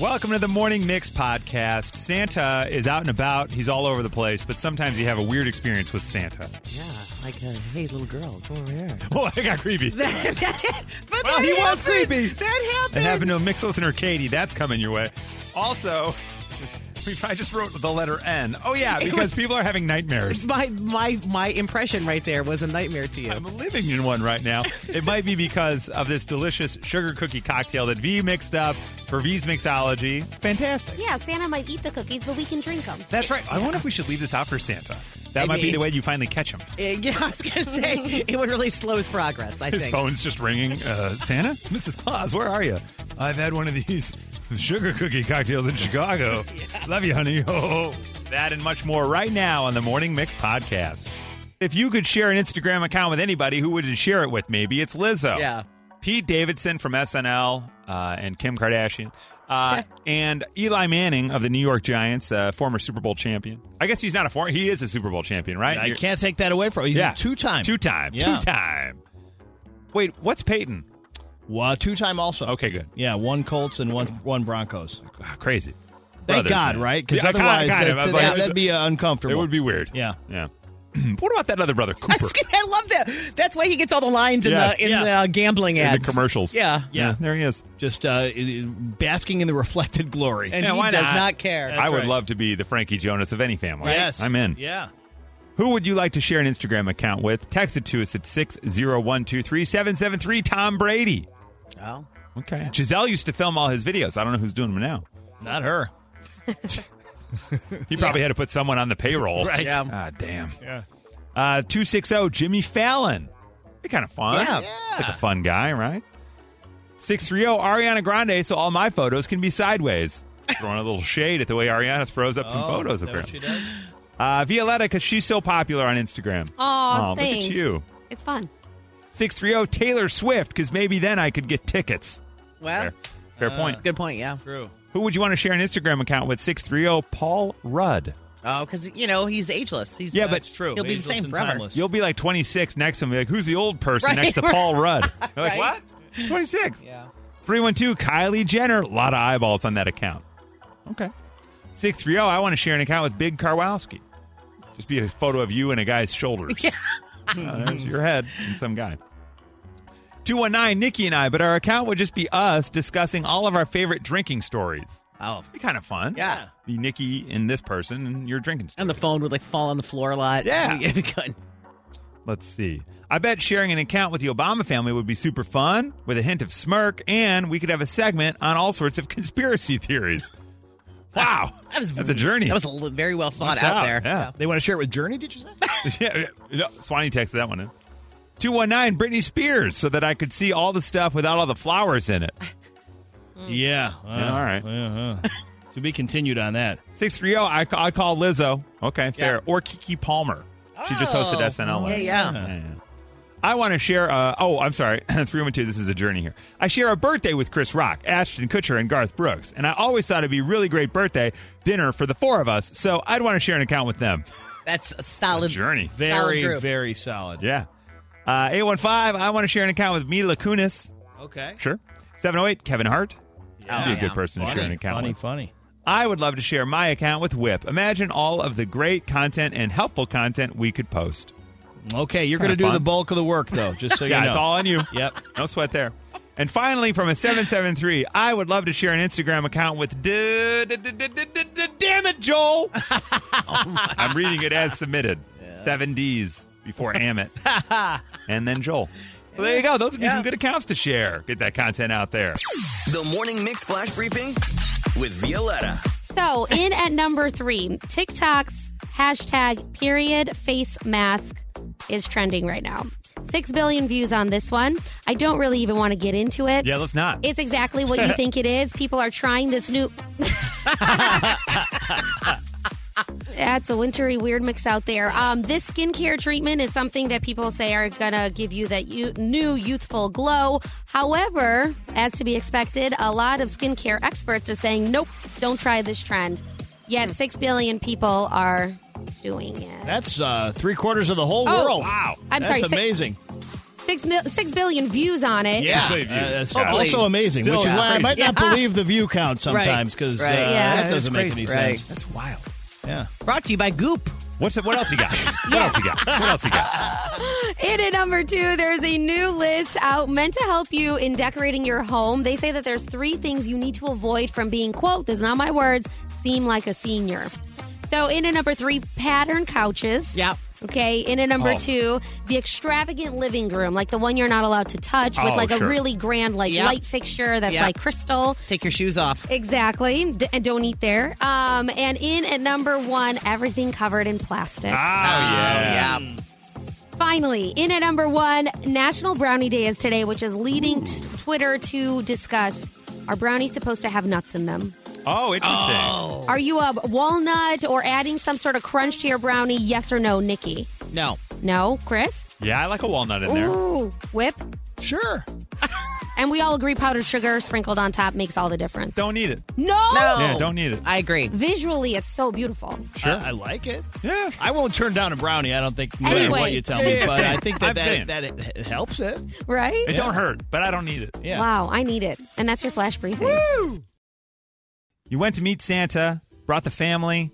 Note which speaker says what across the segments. Speaker 1: Welcome to the Morning Mix podcast. Santa is out and about. He's all over the place, but sometimes you have a weird experience with Santa.
Speaker 2: Yeah, like, uh, hey, little girl, come over here.
Speaker 1: Oh, I got creepy.
Speaker 2: That, that, but
Speaker 1: Well,
Speaker 2: that
Speaker 1: he was
Speaker 2: happened.
Speaker 1: creepy.
Speaker 2: That
Speaker 1: It
Speaker 2: happened.
Speaker 1: happened to a mix listener, Katie. That's coming your way. Also, we I just wrote the letter N. Oh, yeah, because people are having nightmares.
Speaker 2: My my my impression right there was a nightmare to you.
Speaker 1: I'm living in one right now. It might be because of this delicious sugar cookie cocktail that V mixed up for V's mixology. Fantastic.
Speaker 3: Yeah, Santa might eat the cookies, but we can drink them.
Speaker 1: That's right. I wonder if we should leave this out for Santa. That
Speaker 2: I
Speaker 1: might be
Speaker 2: mean-
Speaker 1: the way you finally catch him.
Speaker 2: Uh, yeah, I was gonna say it would really slow his progress. I
Speaker 1: His
Speaker 2: think.
Speaker 1: phone's just ringing. Uh, Santa? Mrs. Claus, where are you? I've had one of these sugar cookie cocktails in Chicago. Love you, honey. Oh, that and much more right now on the Morning Mix podcast. If you could share an Instagram account with anybody, who would you share it with? Maybe it's Lizzo.
Speaker 2: Yeah.
Speaker 1: Pete Davidson from SNL uh, and Kim Kardashian. Uh, and Eli Manning of the New York Giants, uh, former Super Bowl champion. I guess he's not a former, he is a Super Bowl champion, right?
Speaker 4: I
Speaker 1: You're-
Speaker 4: can't take that away from him. He's
Speaker 1: yeah.
Speaker 4: a two-time.
Speaker 1: Two time.
Speaker 4: Yeah.
Speaker 1: Two time. Wait, what's Peyton?
Speaker 4: Well, two-time also.
Speaker 1: Okay, good.
Speaker 4: Yeah, one Colts and one one Broncos.
Speaker 1: Ah, Crazy.
Speaker 4: Thank
Speaker 1: Brothers,
Speaker 4: God,
Speaker 1: man.
Speaker 4: right? Because
Speaker 1: Yeah, kinda-
Speaker 4: otherwise,
Speaker 1: kind of. I
Speaker 4: it's-
Speaker 1: was like,
Speaker 4: that, would be uh,
Speaker 1: It
Speaker 4: uncomfortable.
Speaker 1: would be weird.
Speaker 4: Yeah.
Speaker 1: Yeah. what about that other brother,
Speaker 2: I,
Speaker 1: Cooper?
Speaker 2: was gonna- I love that. That's why he gets all the lines in
Speaker 1: Yes.
Speaker 2: the in
Speaker 4: Yeah.
Speaker 2: the uh, gambling
Speaker 1: in
Speaker 2: ads,
Speaker 1: the commercials.
Speaker 2: Yeah,
Speaker 4: Yeah.
Speaker 1: there he is.
Speaker 4: just uh, it- it- basking in the reflected glory.
Speaker 2: and
Speaker 1: Yeah,
Speaker 2: he
Speaker 1: why
Speaker 2: does
Speaker 1: not?
Speaker 2: not care.
Speaker 4: That's
Speaker 1: I would
Speaker 4: right.
Speaker 1: love to be the Frankie Jonas of any family.
Speaker 4: yes,
Speaker 1: I'm in.
Speaker 4: Yeah,
Speaker 1: Who would you like to share an Instagram account with? Text it to us at 60123 Tom Brady.
Speaker 2: oh.
Speaker 1: Okay. Giselle used to film all his videos. I don't know who's doing them now.
Speaker 4: not her.
Speaker 1: He probably had to put someone on the payroll.
Speaker 4: Right.
Speaker 2: Yeah.
Speaker 1: Ah, damn.
Speaker 4: Yeah.
Speaker 1: Uh, 260 Jimmy Fallon. Be kind of fun.
Speaker 2: Yeah.
Speaker 4: Yeah.
Speaker 1: Like a fun guy, right? 630 Ariana Grande, so all my photos can be sideways. Throwing a little shade at the way Ariana throws up some
Speaker 4: Oh, is
Speaker 1: photos
Speaker 4: that what she does?
Speaker 1: apparently. Uh, Violetta, because she's so popular on Instagram.
Speaker 3: Aw,
Speaker 1: Aw,
Speaker 3: thanks.
Speaker 1: Look at you.
Speaker 3: It's fun.
Speaker 1: 630 Taylor Swift, because maybe then I could get tickets.
Speaker 2: Well,
Speaker 1: Fair, fair
Speaker 4: Uh,
Speaker 1: point.
Speaker 2: it's a good point. Yeah.
Speaker 4: True.
Speaker 1: Who would you want to share an Instagram account with? 630 Paul Rudd.
Speaker 2: Oh, because you know he's ageless. He's
Speaker 1: Yeah,
Speaker 2: uh,
Speaker 1: but
Speaker 4: It's true.
Speaker 2: He'll be the
Speaker 4: Ageless
Speaker 2: same
Speaker 4: and
Speaker 2: forever.
Speaker 4: timeless.
Speaker 1: You'll be like 26 next to him. Be like, who's the old person
Speaker 2: Right.
Speaker 1: next to Paul Rudd? They're like,
Speaker 2: Right.
Speaker 1: what? 26.
Speaker 2: yeah.
Speaker 1: 312 Kylie Jenner. A lot of eyeballs on that account. Okay. 630, I want to share an account with Big Karwowski. Just be a photo of you and a guy's shoulders. Uh, there's your head and some guy. 219, Nikki and I, but our account would just be us discussing all of our favorite drinking stories.
Speaker 2: Oh,
Speaker 1: Be kind of fun.
Speaker 2: yeah.
Speaker 1: Be Nikki and this person and your drinking story.
Speaker 2: And the phone would like fall on the floor a lot.
Speaker 1: Yeah.
Speaker 2: It'd be good.
Speaker 1: Let's see. I bet sharing an account with the Obama family would be super fun with a hint of smirk, and we could have a segment on all sorts of conspiracy theories. Wow.
Speaker 2: That was
Speaker 1: That's a journey.
Speaker 2: That was a li- very well thought
Speaker 1: Watch
Speaker 2: out,
Speaker 1: out,
Speaker 2: there.
Speaker 1: yeah.
Speaker 4: They want to share it with Journey. Did you say?
Speaker 1: yeah, yeah. No, Swanee texted that one in. 219 Britney Spears so that I could see all the stuff without all the flowers in it.
Speaker 4: yeah. Uh,
Speaker 1: Yeah, all right.
Speaker 4: uh, uh. to be continued on that.
Speaker 1: 630, oh, I, ca- I call Lizzo. Okay, fair.
Speaker 2: Yeah.
Speaker 1: Or Kiki Palmer. She just hosted
Speaker 2: Oh.
Speaker 1: SNL last
Speaker 2: Yeah, yeah.
Speaker 1: night. I want to share. Uh, oh, I'm sorry. 312, this is a journey here. I share a birthday with Chris Rock, Ashton Kutcher, and Garth Brooks. And I always thought it'd be a really great birthday dinner for the four of us. So I'd want to share an account with them.
Speaker 2: That's a solid
Speaker 1: Journey.
Speaker 4: Very,
Speaker 2: group.
Speaker 4: very solid.
Speaker 1: Yeah. Uh, 815, I want to share an account with Mila Kunis.
Speaker 4: Okay.
Speaker 1: Sure. 708, Kevin Hart.
Speaker 2: Yeah.
Speaker 1: Be a
Speaker 2: Yeah.
Speaker 1: good person to share an
Speaker 4: Funny,
Speaker 1: account
Speaker 4: funny,
Speaker 1: with.
Speaker 4: funny.
Speaker 1: I would love to share my account with Whip. Imagine all of the great content and helpful content we could post.
Speaker 4: Okay, you're going
Speaker 1: Kinda
Speaker 4: to do
Speaker 1: fun.
Speaker 4: the bulk of the work, though, just so you
Speaker 1: yeah,
Speaker 4: know.
Speaker 1: it's all on you.
Speaker 4: Yep.
Speaker 1: No sweat there. And finally, from a 773, I would love to share an Instagram account with. D- d- d- d- d- d- d- Damn it, Joel!
Speaker 4: Oh,
Speaker 1: I'm reading it as submitted. Seven D's before am it. and then Joel. So there you go. Those would be some good accounts to share. Get that content out there.
Speaker 5: The Morning Mix Flash Briefing with Violetta.
Speaker 3: So, in at number three, TikTok's hashtag period face mask is trending right now. Six billion views on this one. I don't really even want to get into it.
Speaker 1: Yeah, let's not.
Speaker 3: It's exactly what you think it is. People are trying this new. That's a wintry weird mix out there. Um, this skincare treatment is something that people say are gonna give you that you, new youthful glow. However, as to be expected, a lot of skincare experts are saying, "Nope, don't try this trend." Yet six billion people are doing it.
Speaker 4: That's uh, three quarters of the whole
Speaker 3: Oh,
Speaker 4: world.
Speaker 3: wow. I'm
Speaker 4: That's
Speaker 3: sorry, say-
Speaker 4: amazing.
Speaker 3: six mil, six billion views on it.
Speaker 4: Yeah,
Speaker 1: Hopefully views.
Speaker 4: that's
Speaker 1: Hopefully.
Speaker 4: also amazing,
Speaker 1: Still
Speaker 4: which is why I might not
Speaker 2: Yeah.
Speaker 4: believe the view count sometimes
Speaker 2: Right.
Speaker 4: because
Speaker 2: Right.
Speaker 4: uh,
Speaker 3: Yeah.
Speaker 4: that doesn't make any
Speaker 2: Right.
Speaker 4: sense.
Speaker 1: That's wild.
Speaker 4: Yeah,
Speaker 2: Brought to you by Goop.
Speaker 1: What's what else you got? What else you got? What else you got? Oh,
Speaker 3: In at number two, there's a new list out meant to help you in decorating your home. They say that there's three things you need to avoid from being, quote, this is not my words, seem like a senior. So in at number three, pattern couches.
Speaker 2: Yep.
Speaker 3: Okay, in at number
Speaker 1: Oh.
Speaker 3: two, the extravagant living room, like the one you're not allowed to touch, with
Speaker 1: Oh,
Speaker 3: like a
Speaker 1: sure.
Speaker 3: really grand like
Speaker 2: Yep.
Speaker 3: light fixture that's
Speaker 2: Yep.
Speaker 3: like crystal.
Speaker 2: Take your shoes off.
Speaker 3: Exactly, D- and don't eat there. Um, and in at number one, everything covered in plastic.
Speaker 1: Oh, yeah.
Speaker 2: Oh, yeah.
Speaker 3: Finally, in at number one, National Brownie Day is today, which is leading t- Twitter to discuss are brownies supposed to have nuts in them?
Speaker 1: Oh, interesting.
Speaker 3: Are you a walnut or adding some sort of crunch to your brownie? Yes or no, Nikki?
Speaker 2: No.
Speaker 3: No, Chris?
Speaker 1: Yeah, I like a walnut in there.
Speaker 3: Ooh, whip.
Speaker 4: sure.
Speaker 3: And we all agree powdered sugar sprinkled on top makes all the difference.
Speaker 1: Don't need it.
Speaker 3: no!
Speaker 2: No.
Speaker 1: Yeah, don't need it.
Speaker 2: I agree.
Speaker 3: Visually, it's so beautiful.
Speaker 4: Sure, I, I like it.
Speaker 1: Yeah.
Speaker 4: I won't turn down a brownie. I don't think no matter
Speaker 3: Anyway.
Speaker 4: what you tell
Speaker 1: Yeah,
Speaker 4: me,
Speaker 1: yeah,
Speaker 4: but
Speaker 1: same.
Speaker 4: I think
Speaker 1: I'm
Speaker 4: that that,
Speaker 1: saying.
Speaker 4: that it, it helps it.
Speaker 3: Right?
Speaker 1: It don't hurt, but I don't need it.
Speaker 4: Yeah.
Speaker 3: Wow, I need it. And that's your flash briefing.
Speaker 1: You went to meet Santa, brought the family.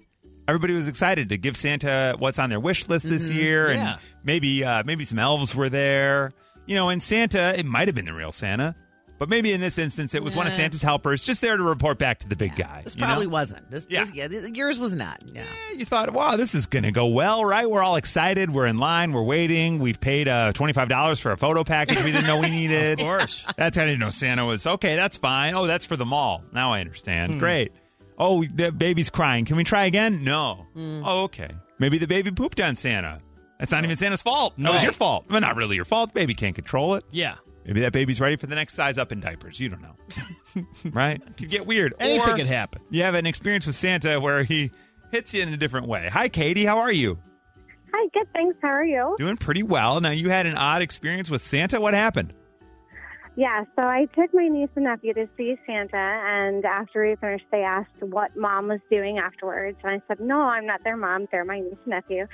Speaker 1: Everybody was excited to give Santa what's on their wish list this year,
Speaker 4: yeah.
Speaker 1: and maybe uh, maybe some elves were there. You know, and Santa, it might have been the real Santa, but maybe in this instance, it was one of
Speaker 2: Nah.
Speaker 1: Santa's helpers, just there to report back to the big guy.
Speaker 2: This
Speaker 1: you know?
Speaker 2: probably wasn't. This,
Speaker 1: Yeah.
Speaker 2: this- yeah. th- yours was not. Yeah.
Speaker 1: Yeah, Eh, you thought, wow, this is going to go well, right? We're all excited. We're in line. We're waiting. We've paid uh, $25 for a photo package we didn't know we needed.
Speaker 4: Of course.
Speaker 1: That's how I didn't know Santa was. Okay, that's fine. Oh, that's for the mall. Now I understand.
Speaker 4: Hmm.
Speaker 1: Great. Oh, the baby's crying. Can we try again? No.
Speaker 4: Hmm.
Speaker 1: Oh, okay. Maybe the baby pooped on Santa. That's not even Santa's fault. That
Speaker 4: Oh.
Speaker 1: was
Speaker 4: No.
Speaker 1: your fault. Well, not really your fault. The baby can't control it.
Speaker 4: Yeah.
Speaker 1: Maybe that baby's ready for the next size up in diapers. You don't know. right? Could get weird.
Speaker 4: Anything
Speaker 1: Or-
Speaker 4: could happen.
Speaker 1: you have an experience with Santa where he hits you in a different way. Hi, Katie. How are you?
Speaker 6: Hi, good. Thanks. How are you?
Speaker 1: Doing pretty well. Now, you had an odd experience with Santa. What happened?
Speaker 6: Yeah, so I took my niece and nephew to see Santa, and after we finished, they asked what mom was doing afterwards. And I said, No, I'm not their mom. They're my niece and nephew.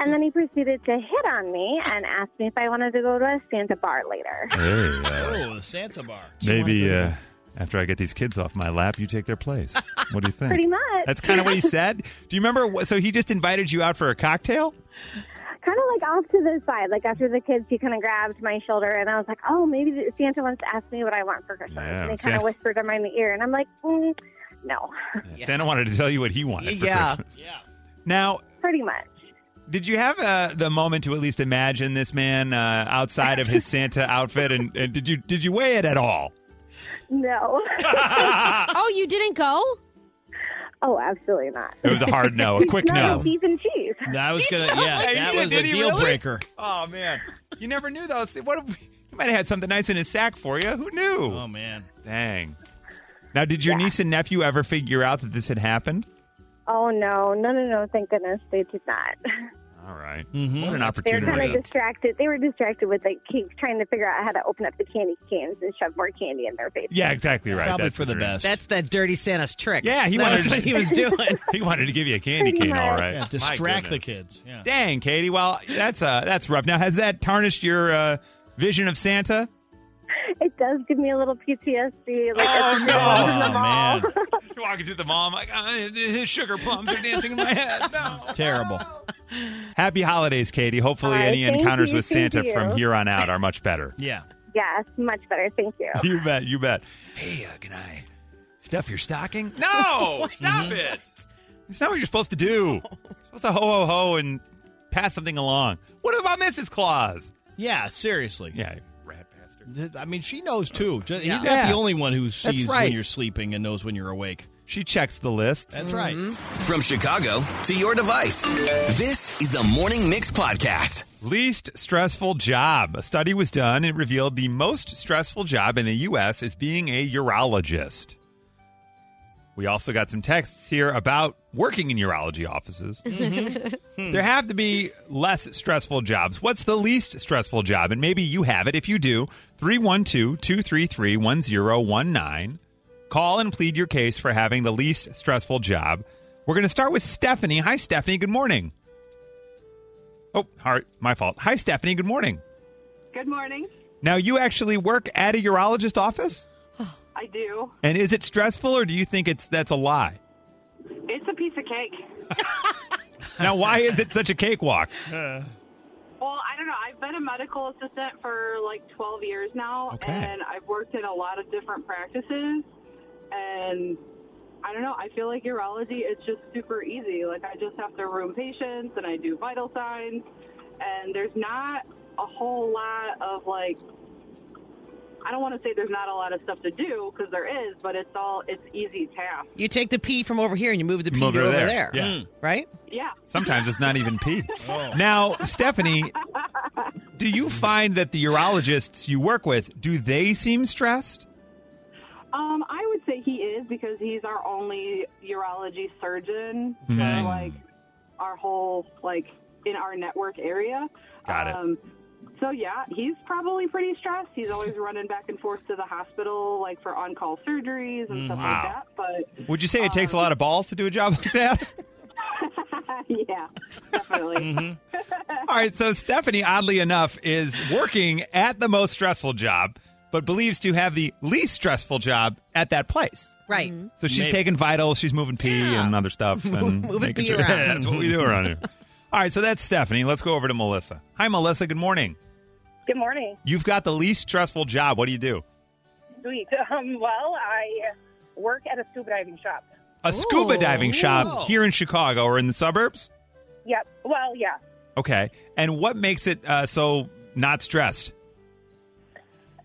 Speaker 6: And then he proceeded to hit on me and asked me if I wanted to go to a Santa bar later.
Speaker 4: Oh, the Santa bar.
Speaker 1: uh, Maybe uh, after I get these kids off my lap, you take their place. What do you think?
Speaker 6: Pretty much.
Speaker 1: That's kind of what he said. Do you remember? what- So he just invited you out for a cocktail?
Speaker 6: kind of like off to the side. Like after the kids, he kind of grabbed my shoulder, and I was like, "Oh, maybe that Santa wants to ask me what I want for Christmas."
Speaker 1: Yeah,
Speaker 6: and he
Speaker 1: Santa-
Speaker 6: kind of whispered in my ear, and I'm like, mm, "No,
Speaker 1: Santa wanted to tell you what he wanted for
Speaker 2: Yeah.
Speaker 1: Christmas. Yeah. Now,
Speaker 6: pretty much."
Speaker 1: did you have uh, the moment to at least imagine this man uh, outside of his Santa outfit? And, and did you did you weigh it at all?
Speaker 6: No.
Speaker 3: Oh, you didn't go?
Speaker 6: oh, absolutely not.
Speaker 1: It was a hard no, a quick
Speaker 6: Not
Speaker 1: no.
Speaker 6: even beef and cheese.
Speaker 4: That was gonna. Yeah,
Speaker 1: Hey,
Speaker 4: that
Speaker 1: did-
Speaker 4: was
Speaker 1: did
Speaker 4: a
Speaker 1: he
Speaker 4: deal
Speaker 1: really?
Speaker 4: breaker.
Speaker 1: Oh man, you never knew though. See, what he might have had something nice in his sack for you. Who knew?
Speaker 4: Oh man.
Speaker 1: Dang. Now, did your niece and nephew ever figure out that this had happened?
Speaker 6: Oh no, no, no, no! Thank goodness they did not.
Speaker 1: All right.
Speaker 6: Mm-hmm.
Speaker 4: Mhm.
Speaker 1: What an
Speaker 6: They were
Speaker 1: opportunity.
Speaker 6: kind of distracted. They were distracted with like keep trying to figure out how to open up the candy cans and shove more candy in their face.
Speaker 1: yeah, exactly right.
Speaker 4: Probably
Speaker 1: That's
Speaker 4: for the
Speaker 1: dream.
Speaker 4: best.
Speaker 2: That's that dirty Santa's trick.
Speaker 1: Yeah, he
Speaker 2: That's
Speaker 1: wanted-
Speaker 2: what he was doing.
Speaker 1: He wanted to give you a candy
Speaker 6: Pretty
Speaker 1: cane, all
Speaker 6: much.
Speaker 1: right.
Speaker 4: Yeah,
Speaker 1: My
Speaker 4: distract the
Speaker 1: goodness.
Speaker 4: kids. Yeah.
Speaker 1: Dang, Katie. Well, that's uh, that's rough. Now, has that tarnished your uh, vision of Santa?
Speaker 6: It does give me a little PTSD. Like
Speaker 1: Oh,
Speaker 6: it's
Speaker 1: no.
Speaker 6: all in the
Speaker 4: Oh,
Speaker 6: mall.
Speaker 4: man.
Speaker 1: You're walking through the mall, I'm like, "Ah, his sugar plums are dancing in my head. No.
Speaker 4: Terrible.
Speaker 1: Happy holidays, Katie. Hopefully,
Speaker 6: Hi,
Speaker 1: any
Speaker 6: thank
Speaker 1: encounters
Speaker 6: you,
Speaker 1: with
Speaker 6: thank
Speaker 1: Santa
Speaker 6: you.
Speaker 1: from here on out are much better.
Speaker 4: Yeah.
Speaker 6: Yes, much better. Thank you.
Speaker 1: You bet. You bet. Hey, uh, can I stuff your stocking? No, stop it. It's not what you're supposed to do. You're supposed to ho ho ho and pass something along. What about Mrs. Claus?
Speaker 4: Yeah. Seriously.
Speaker 1: Yeah, you rat bastard.
Speaker 4: Th- I mean, she knows too. Ju-
Speaker 2: Yeah.
Speaker 4: He's not
Speaker 1: Yeah.
Speaker 4: the only one who sees
Speaker 1: right.
Speaker 4: when you're sleeping and knows when you're awake. Mm-hmm.
Speaker 1: She checks the lists.
Speaker 4: That's right.
Speaker 5: From Chicago to your device, this is the Morning Mix Podcast.
Speaker 1: Least stressful job. A study was done. It revealed the most stressful job in the U.S. is being a urologist. We also got some texts here about working in urology offices. there have to be less stressful jobs. What's the least stressful job? And maybe you have it. If you do, 312 233 1019. Call and plead your case for having the least stressful job. We're going to start with Stephanie. Hi, Stephanie. Good morning. Oh, all right, my fault. Hi, Stephanie. Good morning.
Speaker 7: Good morning.
Speaker 1: Now, you actually work at a urologist office?
Speaker 7: I do.
Speaker 1: And is it stressful or do you think it's that's a lie?
Speaker 7: It's a piece of cake.
Speaker 1: Now, why is it such a cakewalk?
Speaker 7: Well, I don't know. I've been a medical assistant for like 12 years now,
Speaker 1: Okay.
Speaker 7: and I've worked in a lot of different practices. And I don't know. I feel like urology is just super easy. Like, I just have to room patients and I do vital signs, and there's not a whole lot of like, I don't want to say there's not a lot of stuff to do because there is, but it's all, it's easy tasks.
Speaker 2: You take the pee from over here and you move the pee
Speaker 1: Move
Speaker 2: to
Speaker 1: it
Speaker 2: over
Speaker 1: there.
Speaker 2: there. Mm.
Speaker 1: Yeah.
Speaker 2: Right?
Speaker 7: Yeah.
Speaker 1: Sometimes it's not even pee. Now, Stephanie, do you find that the urologists you work with, do they seem stressed?
Speaker 7: Um, I would say he is because he's our only urology surgeon
Speaker 1: Okay.
Speaker 7: for like our whole like in our network area.
Speaker 1: Got it.
Speaker 7: Um, so yeah, he's probably pretty stressed. He's always running back and forth to the hospital like for on-call surgeries and stuff
Speaker 1: Mm, Wow.
Speaker 7: like that.
Speaker 1: Would you say it takes a lot of balls to do a job like that?
Speaker 7: But yeah, definitely.
Speaker 1: Mm-hmm. All right, so Stephanie, oddly enough, is working at the most stressful job, but believes to have the least stressful job at that place.
Speaker 2: Right.
Speaker 1: So she's
Speaker 4: Maybe.
Speaker 1: taking vitals, she's moving pee and other stuff, and
Speaker 2: moving
Speaker 1: making
Speaker 2: pee
Speaker 1: sure
Speaker 2: around.
Speaker 1: that's what we do around here. All right, so that's Stephanie. Let's go over to Melissa. Hi, Melissa. Good morning.
Speaker 8: Good morning,
Speaker 1: You've got the least stressful job. What do you do?
Speaker 8: sweet. Um, well, I work at a scuba diving shop.
Speaker 1: A scuba
Speaker 2: Ooh.
Speaker 1: diving shop here in Chicago or in the suburbs.
Speaker 8: Yep. Well, yeah.
Speaker 1: Okay, and what makes it uh, so not stressed?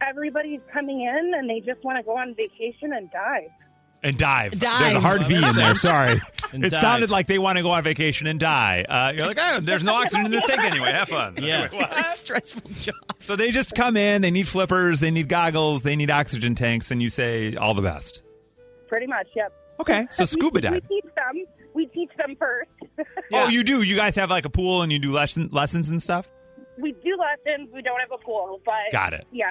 Speaker 8: Everybody's coming in and they just want to go on vacation and dive.
Speaker 1: And dive.
Speaker 2: Dive.
Speaker 1: There's a hard V in there. Sorry.
Speaker 4: And
Speaker 1: it
Speaker 4: dive.
Speaker 1: sounded like they want to go on vacation and die. Uh, you're like, oh, there's no oxygen in this tank anyway. Have fun.
Speaker 4: Yeah.
Speaker 2: Stressful job.
Speaker 1: So they just come in. They need flippers. They need goggles. They need oxygen tanks. And you say, all the best.
Speaker 8: Pretty much. Yep.
Speaker 1: Okay. So scuba
Speaker 8: we,
Speaker 1: dive.
Speaker 8: We teach them. We teach them first.
Speaker 1: Oh, you do. You guys have like a pool and you do lesson, lessons and stuff?
Speaker 8: we do lessons. We don't have a pool, but
Speaker 1: Got it.
Speaker 8: Yeah.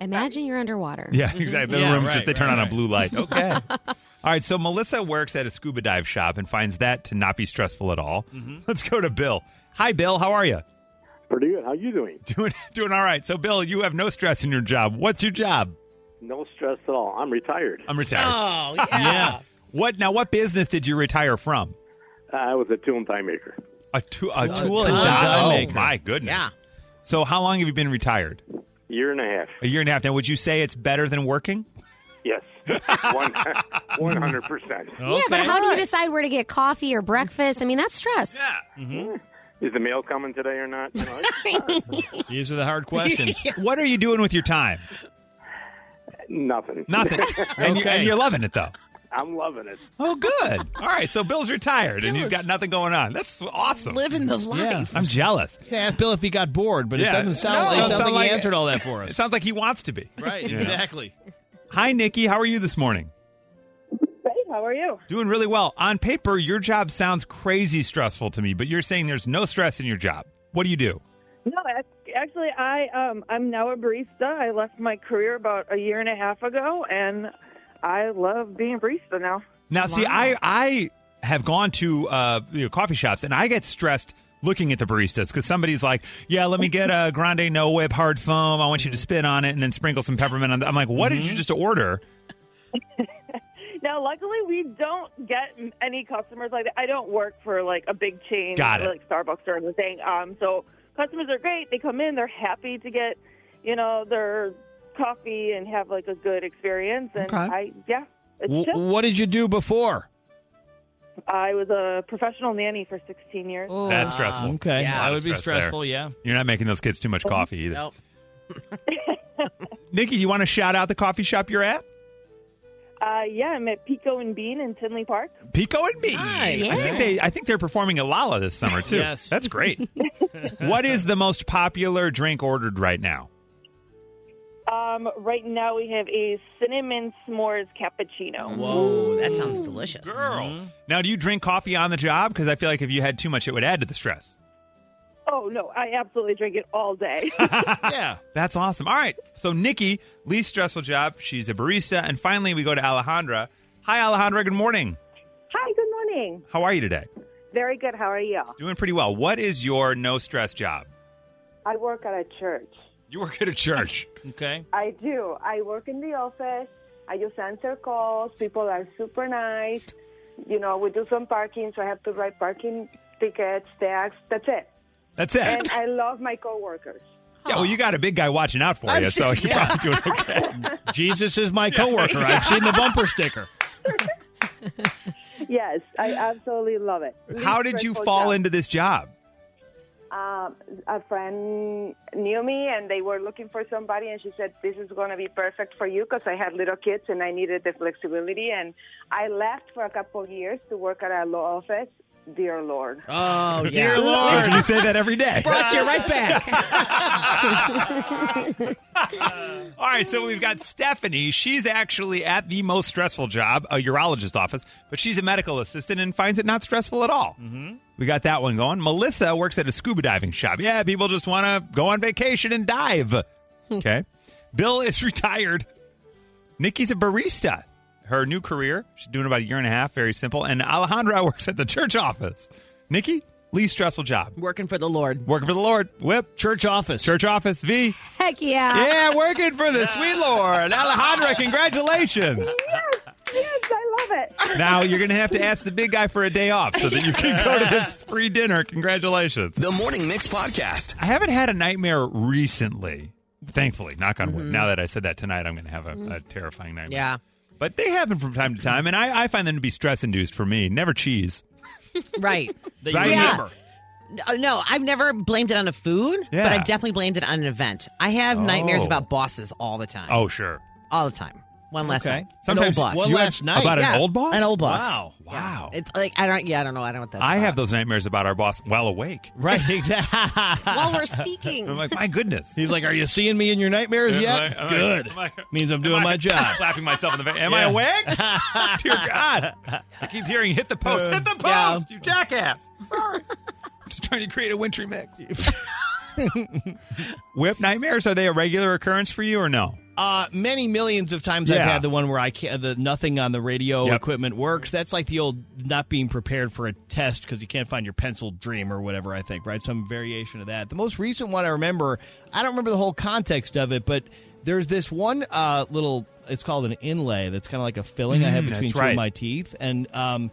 Speaker 3: Imagine you're underwater.
Speaker 1: Yeah, exactly. The
Speaker 4: Yeah,
Speaker 1: room's
Speaker 4: right,
Speaker 1: just, they turn
Speaker 4: right,
Speaker 1: on a
Speaker 4: right.
Speaker 1: blue light. Okay. all right. So Melissa works at a scuba dive shop and finds that to not be stressful at all.
Speaker 4: Mm-hmm.
Speaker 1: Let's go to Bill. Hi, Bill. How are you?
Speaker 9: Pretty good. How you doing?
Speaker 1: Doing, doing all right. So, Bill, you have no stress in your job. What's your job?
Speaker 9: No stress at all. I'm retired.
Speaker 1: I'm retired.
Speaker 2: Oh, yeah.
Speaker 4: Yeah.
Speaker 1: What now? What business did you retire from?
Speaker 9: I was a tool and die maker.
Speaker 1: A, tu- a tool and
Speaker 4: tool
Speaker 1: die.
Speaker 4: and die
Speaker 1: oh
Speaker 4: maker.
Speaker 1: my goodness!
Speaker 2: Yeah.
Speaker 1: So how long have you been retired?
Speaker 9: Year and a half.
Speaker 1: A year and a half. Now, would you say it's better than working?
Speaker 9: Yes. One hundred percent.
Speaker 3: Yeah, but how do you decide where to get coffee or breakfast? I mean, that's stress.
Speaker 9: Is the mail coming today or not? You know,
Speaker 4: These are the hard questions.
Speaker 1: What are you doing with your time?
Speaker 9: nothing.
Speaker 1: Nothing. and, you, and
Speaker 4: Okay.
Speaker 1: you're loving it though.
Speaker 9: I'm loving it.
Speaker 1: Oh, good. All right. So Bill's retired and he's
Speaker 2: Bill's-
Speaker 1: got nothing going on. That's awesome.
Speaker 2: Living the life.
Speaker 4: Yeah.
Speaker 1: I'm jealous.
Speaker 4: Yeah, ask Bill if he got bored, but
Speaker 1: Yeah.
Speaker 4: it doesn't sound,
Speaker 1: No.
Speaker 4: it
Speaker 1: Don't
Speaker 4: sounds
Speaker 1: sound
Speaker 4: like,
Speaker 1: like it.
Speaker 4: he answered all that for
Speaker 1: It
Speaker 4: us.
Speaker 1: sounds like he wants to be.
Speaker 4: right, exactly.
Speaker 1: Hi, Nikki. How are you this morning?
Speaker 8: Hey, how are you?
Speaker 1: Doing really well. On paper, your job sounds crazy stressful to me, but you're saying there's no stress in your job. What do you do?
Speaker 8: No, ac- actually, I um, I'm now a barista. I left my career about a year and a half ago, and I love being a barista now.
Speaker 1: Now, see, I I have gone to uh, you know, coffee shops and I get stressed looking at the baristas because somebody's like, "Yeah, let me get a grande no whip hard foam. I want you to spit on it and then sprinkle some peppermint on." The-. I'm like, "What
Speaker 2: Mm-hmm.
Speaker 1: did you just order?"
Speaker 8: Now, luckily, we don't get m- any customers like that. I don't work for like a big chain,
Speaker 1: Got it.
Speaker 8: like Starbucks or anything. Um, so customers are great. They come in, they're happy to get, you know, their coffee and have like a good experience. And
Speaker 1: Okay.
Speaker 8: I, yeah, it's
Speaker 4: W-
Speaker 8: just,
Speaker 4: what did you do before?
Speaker 8: I was a professional nanny for 16 years.
Speaker 2: Ooh.
Speaker 1: That's stressful.
Speaker 4: Okay,
Speaker 2: Yeah.
Speaker 4: that would be
Speaker 1: Stress there.
Speaker 4: stressful. Yeah.
Speaker 1: You're not making those kids too much coffee either.
Speaker 2: Nope.
Speaker 1: Nikki, you want to shout out the coffee shop you're at?
Speaker 8: Uh, yeah, I'm at Pico and Bean in Tinley Park.
Speaker 1: Pico and me.
Speaker 2: Nice.
Speaker 1: I think they I think they're performing at Lala this summer too.
Speaker 4: Yes.
Speaker 1: That's great. what is the most popular drink ordered right now?
Speaker 8: Um, right now we have a cinnamon s'mores cappuccino.
Speaker 2: Whoa, that sounds delicious.
Speaker 1: Mm-hmm. Now, do you drink coffee on the job? Because I feel like if you had too much, it would add to the stress.
Speaker 8: Oh no, I absolutely drink it all day.
Speaker 4: yeah.
Speaker 1: That's awesome. All right. So, Nikki, least stressful job. She's a barista. And finally, we go to Alejandra. Hi, Alejandra. Good morning.
Speaker 8: Hi, good morning.
Speaker 1: How are you today?
Speaker 8: Very good. How are you?
Speaker 1: Doing pretty well. What is your no stress job?
Speaker 8: I work at a church.
Speaker 1: You work at a church.
Speaker 4: Okay.
Speaker 10: I do. I work in the office. I just answer calls. People are super nice. You know, we do some parking, so I have to write parking tickets, tags. That's it.
Speaker 1: That's it.
Speaker 10: And I love my coworkers.
Speaker 1: yeah, well, you got a big guy watching out for
Speaker 10: I'm
Speaker 1: you, so
Speaker 10: just-
Speaker 1: you're
Speaker 10: yeah.
Speaker 1: probably doing okay.
Speaker 4: Jesus is my coworker. I've seen the bumper sticker.
Speaker 10: Yes, I absolutely love it.
Speaker 1: How did you fall into this job?
Speaker 10: Um, a friend knew me, and they were looking for somebody, and she said, "This is going to be perfect for you," because I had little kids and I needed the flexibility. And I left for a couple of years to work at a law office. Dear Lord.
Speaker 2: Oh,
Speaker 1: Dear
Speaker 2: yeah.
Speaker 1: Lord. you say that every day.
Speaker 2: Brought you right back.
Speaker 1: All right, so we've got Stephanie. She's actually at the most stressful job, a urologist office, but she's a medical assistant and finds it not stressful at all. Mm-hmm. We got that one going. Melissa works at a scuba diving shop. Yeah, people just want to go on vacation and dive. Okay. Bill is retired. Nikki's a barista. Her new career, she's doing about a year and a half, very simple. And Alejandra works at the church office. Nikki, least stressful job.
Speaker 2: Working for the Lord.
Speaker 1: Working for the Lord. Whip.
Speaker 4: Church office.
Speaker 1: Church office. V.
Speaker 3: Heck yeah.
Speaker 1: Yeah, working for the sweet Lord. Alejandra, congratulations.
Speaker 10: Yes, I love it.
Speaker 1: Now you're going to have to ask the big guy for a day off so that you can go to this free dinner. Congratulations.
Speaker 5: The Morning Mix Podcast.
Speaker 1: I haven't had a nightmare recently, thankfully, knock on wood. Now that I said that tonight, I'm going to have a, a terrifying nightmare.
Speaker 2: Mm-hmm. Mm. Yeah.
Speaker 1: But they happen from time to time, and I, I find them to be stress induced for me. Never cheese.
Speaker 2: Right.
Speaker 4: That
Speaker 1: Zion.
Speaker 4: you remember.
Speaker 2: Uh, No, I've never blamed it on a food,
Speaker 1: Yeah.
Speaker 2: but I've definitely blamed it on an event. I have nightmares
Speaker 1: Oh.
Speaker 2: about bosses all the time.
Speaker 1: Oh, sure.
Speaker 2: All the time. One last
Speaker 4: Okay.
Speaker 2: night. An
Speaker 1: Sometimes
Speaker 2: old boss.
Speaker 4: One
Speaker 1: you
Speaker 4: last
Speaker 1: have-
Speaker 4: night.
Speaker 1: About
Speaker 2: Yeah.
Speaker 1: an old boss?
Speaker 2: An old boss.
Speaker 4: Wow.
Speaker 1: Wow.
Speaker 2: It's like I don't. Yeah, I don't know. I don't know what that's.
Speaker 1: I
Speaker 2: about.
Speaker 1: have those nightmares about our boss while awake.
Speaker 4: Right. Exactly.
Speaker 3: While we're speaking.
Speaker 1: I'm like, my goodness.
Speaker 4: He's like, "Are you seeing me in your nightmares yet?"
Speaker 1: Am I- am I-
Speaker 4: Good.
Speaker 1: am I-
Speaker 4: Means I'm doing
Speaker 1: am I-
Speaker 4: my job.
Speaker 1: Slapping myself in the face. Am I
Speaker 4: Yeah.
Speaker 1: awake? Dear God. I keep hearing hit the post. Hit the
Speaker 2: yeah.
Speaker 1: post, you jackass. I'm sorry. I'm just trying to create a wintry mix. Whip nightmares, are they a regular occurrence for you or no?
Speaker 4: Uh, many millions of times I've
Speaker 1: Yeah.
Speaker 4: had the one where I can't, the nothing on the radio
Speaker 1: Yep.
Speaker 4: equipment works. That's like the old not being prepared for a test because you can't find your pencil dream or whatever, I think, right? Some variation of that. The most recent one I remember, I don't remember the whole context of it, but there's this one uh, little, it's called an inlay that's kind of like a filling I have
Speaker 1: Mm,
Speaker 4: between
Speaker 1: that's
Speaker 4: two
Speaker 1: right.
Speaker 4: of my teeth. And, um,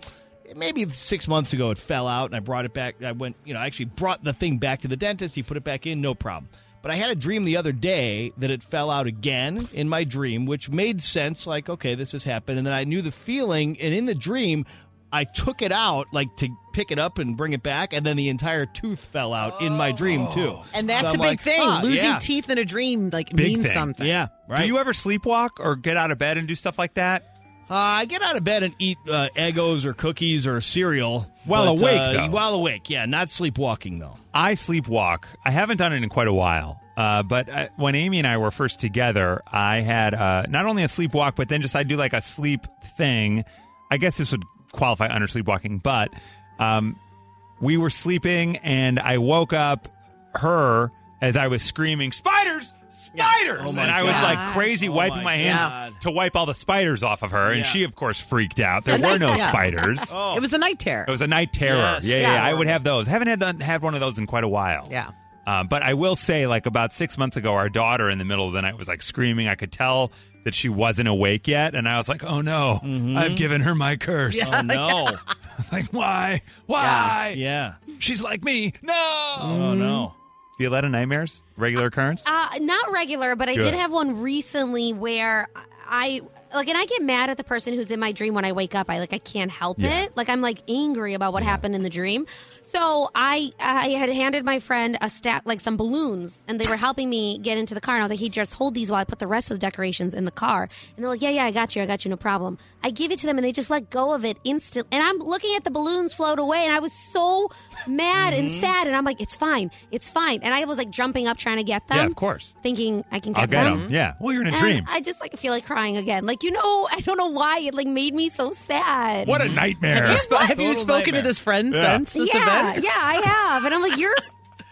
Speaker 4: Maybe six months ago, it fell out, and I brought it back. I went, you know, I actually brought the thing back to the dentist. He put it back in, no problem. But I had a dream the other day that it fell out again in my dream, which made sense. Like, okay, this has happened. And then I knew the feeling. And in the dream, I took it out, like to pick it up and bring it back. And then the entire tooth fell out in my dream, too.
Speaker 2: Oh. and that's
Speaker 4: So I'm
Speaker 2: a big
Speaker 4: like,
Speaker 2: thing.
Speaker 4: ah,
Speaker 2: Losing
Speaker 4: yeah.
Speaker 2: teeth in a dream like
Speaker 1: Big
Speaker 2: means
Speaker 1: thing.
Speaker 2: something.
Speaker 4: Yeah, right.
Speaker 1: Do you ever sleepwalk or get out of bed and do stuff like that?
Speaker 4: Uh, I get out of bed and eat uh, Eggos or cookies or cereal.
Speaker 1: While
Speaker 4: but,
Speaker 1: awake,
Speaker 4: uh,
Speaker 1: though.
Speaker 4: While awake, yeah. Not sleepwalking, though.
Speaker 1: I sleepwalk. I haven't done it in quite a while. Uh, but I, when Amy and I were first together, I had uh, not only a sleepwalk, but then just I do like a sleep thing. I guess this would qualify under sleepwalking, but um, we were sleeping and I woke up her as I was screaming, Spiders! Spiders!
Speaker 4: Oh my
Speaker 1: and I was
Speaker 4: God.
Speaker 1: like crazy
Speaker 4: Oh
Speaker 1: wiping
Speaker 4: my
Speaker 1: my, hands
Speaker 4: God.
Speaker 1: to wipe all the spiders off of her. And
Speaker 4: Yeah.
Speaker 1: she, of course, freaked out. There were no
Speaker 2: Yeah.
Speaker 1: spiders.
Speaker 4: Oh.
Speaker 2: It was a night terror.
Speaker 1: It was a night terror.
Speaker 4: Yes.
Speaker 1: Yeah, yeah,
Speaker 2: Yeah.
Speaker 1: yeah, I would have those. Haven't had the, had one of those in quite a while.
Speaker 2: yeah.
Speaker 1: Um, but I will say, like about six months ago, our daughter in the middle of the night was like screaming. I could tell that she wasn't awake yet, and I was like, "Oh no, I've given her my curse."
Speaker 4: Oh, no.
Speaker 1: like, why? Why?
Speaker 4: yeah.
Speaker 1: She's like me. No.
Speaker 4: Oh, no.
Speaker 1: Violetta, nightmares, regular occurrence.
Speaker 3: Uh, not regular, but I
Speaker 1: Good.
Speaker 3: did have one recently where I like, and I get mad at the person who's in my dream when I wake up. I like, I can't help
Speaker 1: Yeah.
Speaker 3: it. Like, I'm like angry about what happened in the dream. So I, I had handed my friend a stack, like some balloons, and they were helping me get into the car. And I was like, "Hey, just hold these while I put the rest of the decorations in the car." And they're like, "Yeah, yeah, I got you, I got you, no problem." I give it to them, and they just let go of it instantly. And I'm looking at the balloons float away, and I was so mad and
Speaker 1: Mm-hmm.
Speaker 3: sad. And I'm like, "It's fine, it's fine." And I was like jumping up trying to get them
Speaker 1: yeah, of course.
Speaker 3: thinking I can get
Speaker 1: I'll get
Speaker 3: them.
Speaker 1: them. Yeah. Well, you're in a
Speaker 3: um, And
Speaker 1: dream.
Speaker 3: I just like feel like crying again. Like you know, I don't know why it like made me so sad.
Speaker 1: what a nightmare.
Speaker 2: Sp- have you
Speaker 4: Total
Speaker 2: spoken
Speaker 4: nightmare.
Speaker 2: to this friend
Speaker 1: Yeah.
Speaker 2: since this
Speaker 3: Yeah,
Speaker 2: event?
Speaker 3: yeah, I have, and I'm like, you're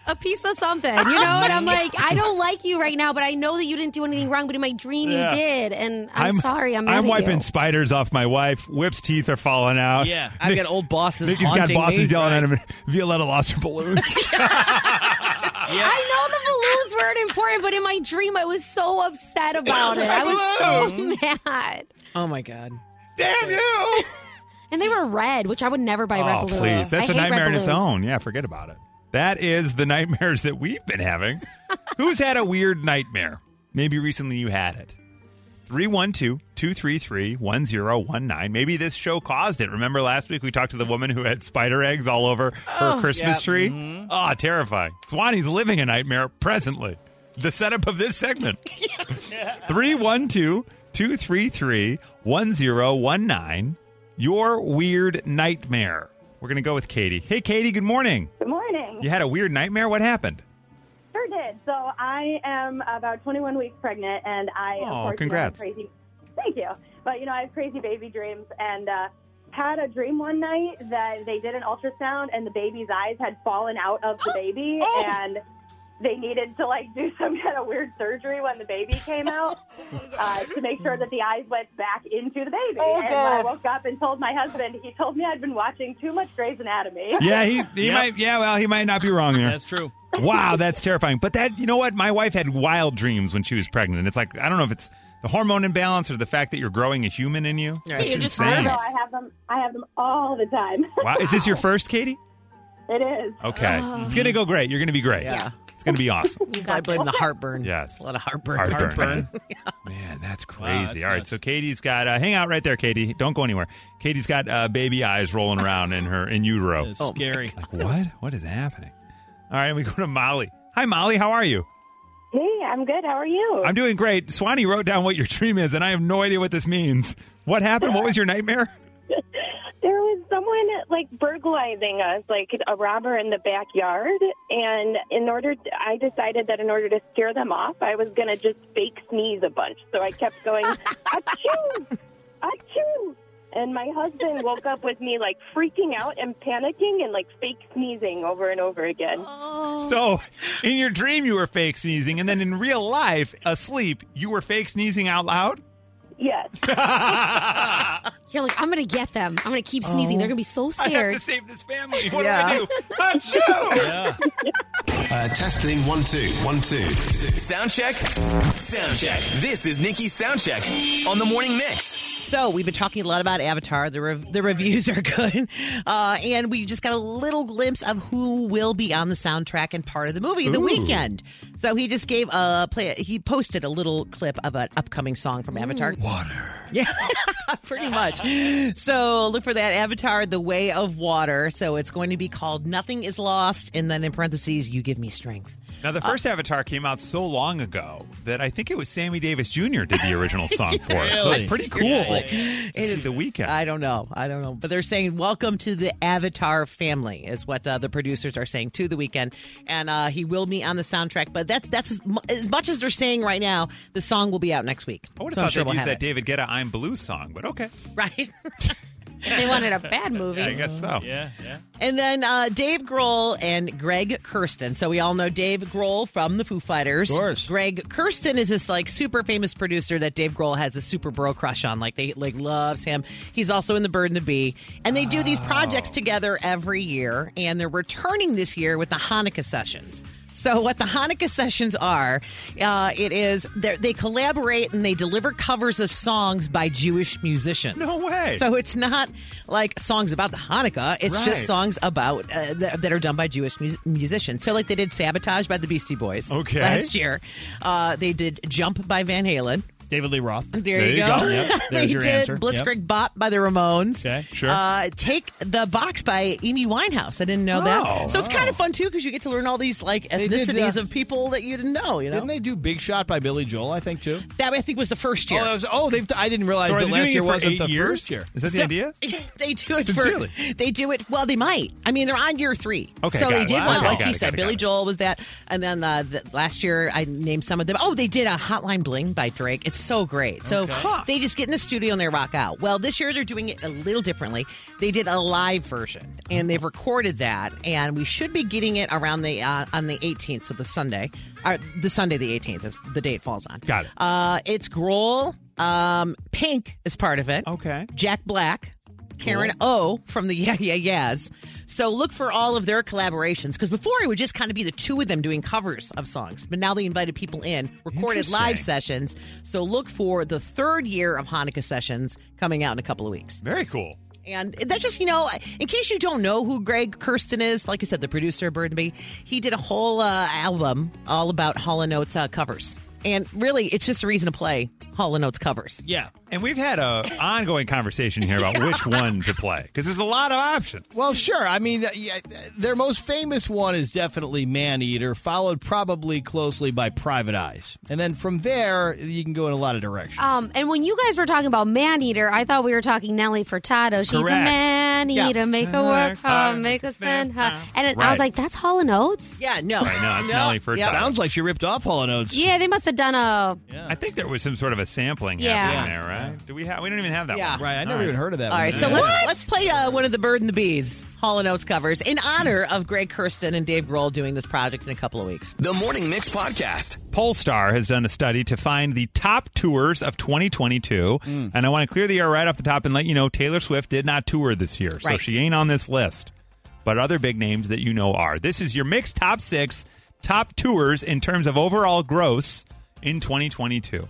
Speaker 3: a piece of something, you know. And I'm like, I don't like you right now, but I know that you didn't do anything wrong. But in my dream,
Speaker 1: Yeah.
Speaker 3: you did, and I'm, sorry. I'm. Mad
Speaker 1: I'm
Speaker 3: at
Speaker 1: wiping
Speaker 3: you.
Speaker 1: spiders off my wife. Whip's teeth are falling out.
Speaker 4: Yeah.
Speaker 2: I've got old bosses
Speaker 1: Nikki's got
Speaker 2: haunting
Speaker 1: bosses
Speaker 2: me.
Speaker 1: yelling at him. Violetta lost her balloons.
Speaker 3: I know the balloons weren't important, but in my dream, I was so upset about it. I was so mad.
Speaker 2: Oh my god.
Speaker 1: Damn you!
Speaker 3: And they were red, which I would never buy red
Speaker 1: oh,
Speaker 3: balloons.
Speaker 1: please. That's
Speaker 3: I hate
Speaker 1: a
Speaker 3: red
Speaker 1: nightmare in its
Speaker 3: balloons.
Speaker 1: own. Yeah, forget about it. That is the nightmares that we've been having. Who's had a weird nightmare? Maybe recently you had it. 312 233 1019. Maybe this show caused it. Remember last week we talked to the woman who had spider eggs all over her
Speaker 2: Oh,
Speaker 1: Christmas
Speaker 2: yeah.
Speaker 1: tree?
Speaker 3: Mm-hmm.
Speaker 1: Ah, terrifying. Swanee's living a nightmare presently. The setup of this segment. 312 233 1019. Your weird nightmare. We're going to go with Katie. Hey, Katie, good morning.
Speaker 11: Good morning.
Speaker 1: You had a weird nightmare? What happened?
Speaker 11: Sure did. So I am about 21 weeks pregnant, and I of
Speaker 1: Oh,
Speaker 11: course, you know,
Speaker 1: congrats.
Speaker 11: have crazy. Thank you. But you know, I have crazy baby dreams, and uh, had a dream one night that they did an ultrasound, and the baby's eyes had fallen out of the baby,
Speaker 1: Oh!
Speaker 11: and they needed to like do some kind of weird surgery when the baby came out uh, to make sure that the eyes went back into the baby.
Speaker 12: Oh,
Speaker 11: and
Speaker 12: God.
Speaker 11: when I woke up and told my husband, he told me I'd been watching too much Grey's Anatomy.
Speaker 1: Yeah, he, he might. Yeah, well, he might not be wrong there. That's
Speaker 4: true.
Speaker 1: Wow, that's terrifying. But that, you know what? My wife had wild dreams when she was pregnant. It's like I don't know if it's the hormone imbalance or the fact that you're growing a human in you. It's insane.
Speaker 11: I know, I have them. I have them all the time.
Speaker 1: Wow, is this your first, Katie?
Speaker 11: It is.
Speaker 1: Okay, it's gonna go great. You're gonna be great.
Speaker 2: Yeah.
Speaker 1: it's gonna be awesome.
Speaker 2: You I blame the heartburn.
Speaker 1: Yes,
Speaker 2: A lot of heartburn.
Speaker 1: Heartburn. Man, that's crazy.
Speaker 2: that's
Speaker 1: All right, so Katie's got uh, hang out right there, Katie. Don't go anywhere. Katie's got uh, baby eyes rolling around in her in utero.
Speaker 4: scary.
Speaker 1: Like what? What is happening? All right, we go to Molly. Hi, Molly. How are you?
Speaker 13: Hey, I'm good. How are you?
Speaker 1: I'm doing great. Swanee wrote down what your dream is, and I have no idea what this means. What happened? What was your nightmare?
Speaker 13: there was someone like burglarizing us, like a robber in the backyard. And in order, I decided that in order to scare them off, I was going to just fake sneeze a bunch. So I kept going, achoo, achoo. And my husband woke up with me like freaking out and panicking and like fake sneezing over and over again.
Speaker 3: Oh.
Speaker 1: So, in your dream, you were fake sneezing, and then in real life, asleep, you were fake sneezing out loud?
Speaker 13: Yes.
Speaker 3: You're like, I'm going to get them. I'm going to keep sneezing.
Speaker 1: Oh.
Speaker 3: They're going to be so
Speaker 1: I
Speaker 3: scared.
Speaker 1: have to save this family. What
Speaker 3: Yeah.
Speaker 1: do I do? Achoo!
Speaker 5: Uh, testing one two one two. Sound check. Sound check. This is Nikki's sound check on the morning mix.
Speaker 2: So we've been talking a lot about Avatar. The rev- the reviews are good, uh, and we just got a little glimpse of who will be on the soundtrack and part of the movie, The
Speaker 14: Ooh.
Speaker 2: Weekend. So he just gave a play. He posted a little clip of an upcoming song from Avatar. Water. Yeah, pretty much. So look for that Avatar, The Way of Water. So it's going to be called Nothing Is Lost, and then in parentheses, You Give Me Strength.
Speaker 1: Now, the first Avatar came out so long ago that I think it was Sammy Davis Jr. did the original song for it. So, it's pretty cool
Speaker 2: Seriously.
Speaker 1: to see the weekend.
Speaker 2: I don't know. I don't know. But they're saying, welcome to the Avatar family, is what uh, the producers are saying to the weekend. And uh, he will be on the soundtrack. But that's that's as mu- as much as they're saying right now, the song will be out next week.
Speaker 1: I would
Speaker 2: So I'm
Speaker 1: have
Speaker 2: sure
Speaker 1: thought they'd
Speaker 2: we'll
Speaker 1: use
Speaker 2: have
Speaker 1: that
Speaker 2: it.
Speaker 1: David Guetta I'm Blue song, but okay.
Speaker 2: Right.
Speaker 3: If they wanted a bad movie.
Speaker 1: I guess so. Yeah,
Speaker 4: yeah.
Speaker 2: And then uh, Dave Grohl and Greg Kirsten. So we all know Dave Grohl from the Foo Fighters.
Speaker 4: Of course.
Speaker 2: Greg Kirsten is this like super famous producer that Dave Grohl has a super bro crush on. Like they like loves him. He's also in the Bird and the Bee, and they do these projects together every year. And they're returning this year with the Hanukkah sessions. So what the Hanukkah sessions are, uh, it is they're- they collaborate and they deliver covers of songs by Jewish musicians.
Speaker 1: No way.
Speaker 2: So it's not like songs about the Hanukkah. It's
Speaker 1: Right.
Speaker 2: just songs about uh, that, that are done by Jewish mus- musicians. So like they did "Sabotage" by the Beastie Boys.
Speaker 1: Okay.
Speaker 2: Last year, uh, they did "Jump" by Van Halen.
Speaker 4: David Lee Roth.
Speaker 2: There, you go.
Speaker 4: Yep.
Speaker 2: they
Speaker 4: There's your
Speaker 2: did
Speaker 4: answer.
Speaker 2: Blitzkrieg
Speaker 4: Yep.
Speaker 2: Bop by the Ramones.
Speaker 4: Okay, sure.
Speaker 2: Uh, Take the Box by Amy Winehouse. I didn't know
Speaker 4: Oh.
Speaker 2: that. So it's kind of fun too because you get to learn all these like ethnicities
Speaker 4: did, uh,
Speaker 2: of people that you didn't know. You know
Speaker 4: Didn't they do Big Shot by Billy Joel? I think too.
Speaker 2: that I think was the first year.
Speaker 4: Oh, that was- oh, they've. I didn't realize
Speaker 1: So are
Speaker 4: that
Speaker 1: they
Speaker 4: last
Speaker 1: doing
Speaker 4: year
Speaker 1: it for
Speaker 4: wasn't
Speaker 1: eight
Speaker 4: the
Speaker 1: years?
Speaker 4: first year.
Speaker 1: Is that the
Speaker 2: So-
Speaker 1: idea?
Speaker 2: they do it
Speaker 1: Sincerely.
Speaker 2: for they do it well they might i mean they're on year three
Speaker 1: Okay,
Speaker 2: so
Speaker 1: got
Speaker 2: they
Speaker 1: it.
Speaker 2: did
Speaker 1: Wow.
Speaker 2: one
Speaker 1: Okay,
Speaker 2: like
Speaker 1: got
Speaker 2: he
Speaker 1: it, got
Speaker 2: said
Speaker 1: it,
Speaker 2: billy
Speaker 1: got it.
Speaker 2: joel was that and then uh, the, last year i named some of them oh they did a hotline bling by drake it's so great so
Speaker 14: Okay. Huh.
Speaker 2: they just get in the studio and they rock out well this year they're doing it a little differently they did a live version and they've recorded that and we should be getting it around the uh, on the 18th so the sunday or the sunday the 18th is the day it falls on
Speaker 1: got it
Speaker 2: uh, it's Grohl. Um, Pink is part of it.
Speaker 1: Okay.
Speaker 2: Jack Black. Karen O from the Yeah Yeah Yeahs. So look for all of their collaborations because before it would just kind of be the two of them doing covers of songs, but now they invited people in, recorded live
Speaker 1: Interesting.
Speaker 2: sessions. So look for the third year of Hanukkah sessions coming out in a couple of weeks.
Speaker 1: Very cool.
Speaker 2: And that's just, you know, in case you don't know who Greg Kirsten is, like I said, the producer of Bird and Bee, he did a whole uh, album all about Hall & Oates uh, covers. And really, it's just a reason to play Hall & Oates covers.
Speaker 4: Yeah.
Speaker 1: And we've had a ongoing conversation here about which one to play because there's a lot of options.
Speaker 4: Well, sure. I mean, th- yeah, th- their most famous one is definitely Man Eater, followed probably closely by Private Eyes. And then from there, you can go in a lot of directions.
Speaker 2: Oh.
Speaker 3: Um, and when you guys were talking about man eater, I thought we were talking Nelly Furtado. She's
Speaker 4: Correct.
Speaker 3: a man
Speaker 4: Yeah.
Speaker 3: eater, make her
Speaker 4: Right.
Speaker 3: work hard, make her spend her. And it- I
Speaker 4: Right.
Speaker 3: was like, that's Hall and Oates.
Speaker 2: Yeah, no.
Speaker 1: Yep.
Speaker 4: Sounds like she ripped off Hall and Oates.
Speaker 3: Yeah, they must have done a.
Speaker 1: I think there was some sort of a sampling
Speaker 3: Yeah.
Speaker 1: happening there, right? Do we have? We don't even have that
Speaker 2: Yeah.
Speaker 1: one,
Speaker 2: Right, I never
Speaker 1: All
Speaker 2: even heard
Speaker 4: of that
Speaker 2: All right, so let's let's play uh, one of the Bird and the Bees Hall & Oates covers in honor of Greg Kirsten and Dave Grohl doing this project in a couple of weeks.
Speaker 5: The Morning Mix Podcast.
Speaker 1: Polestar has done a study to find the top tours of 2022. And I want to clear the air right off the top and let you know Taylor Swift did not tour this year. So
Speaker 5: Right.
Speaker 1: she ain't on this list. But other big names that you know are. This is your mixed top six top tours in terms of overall gross in 2022.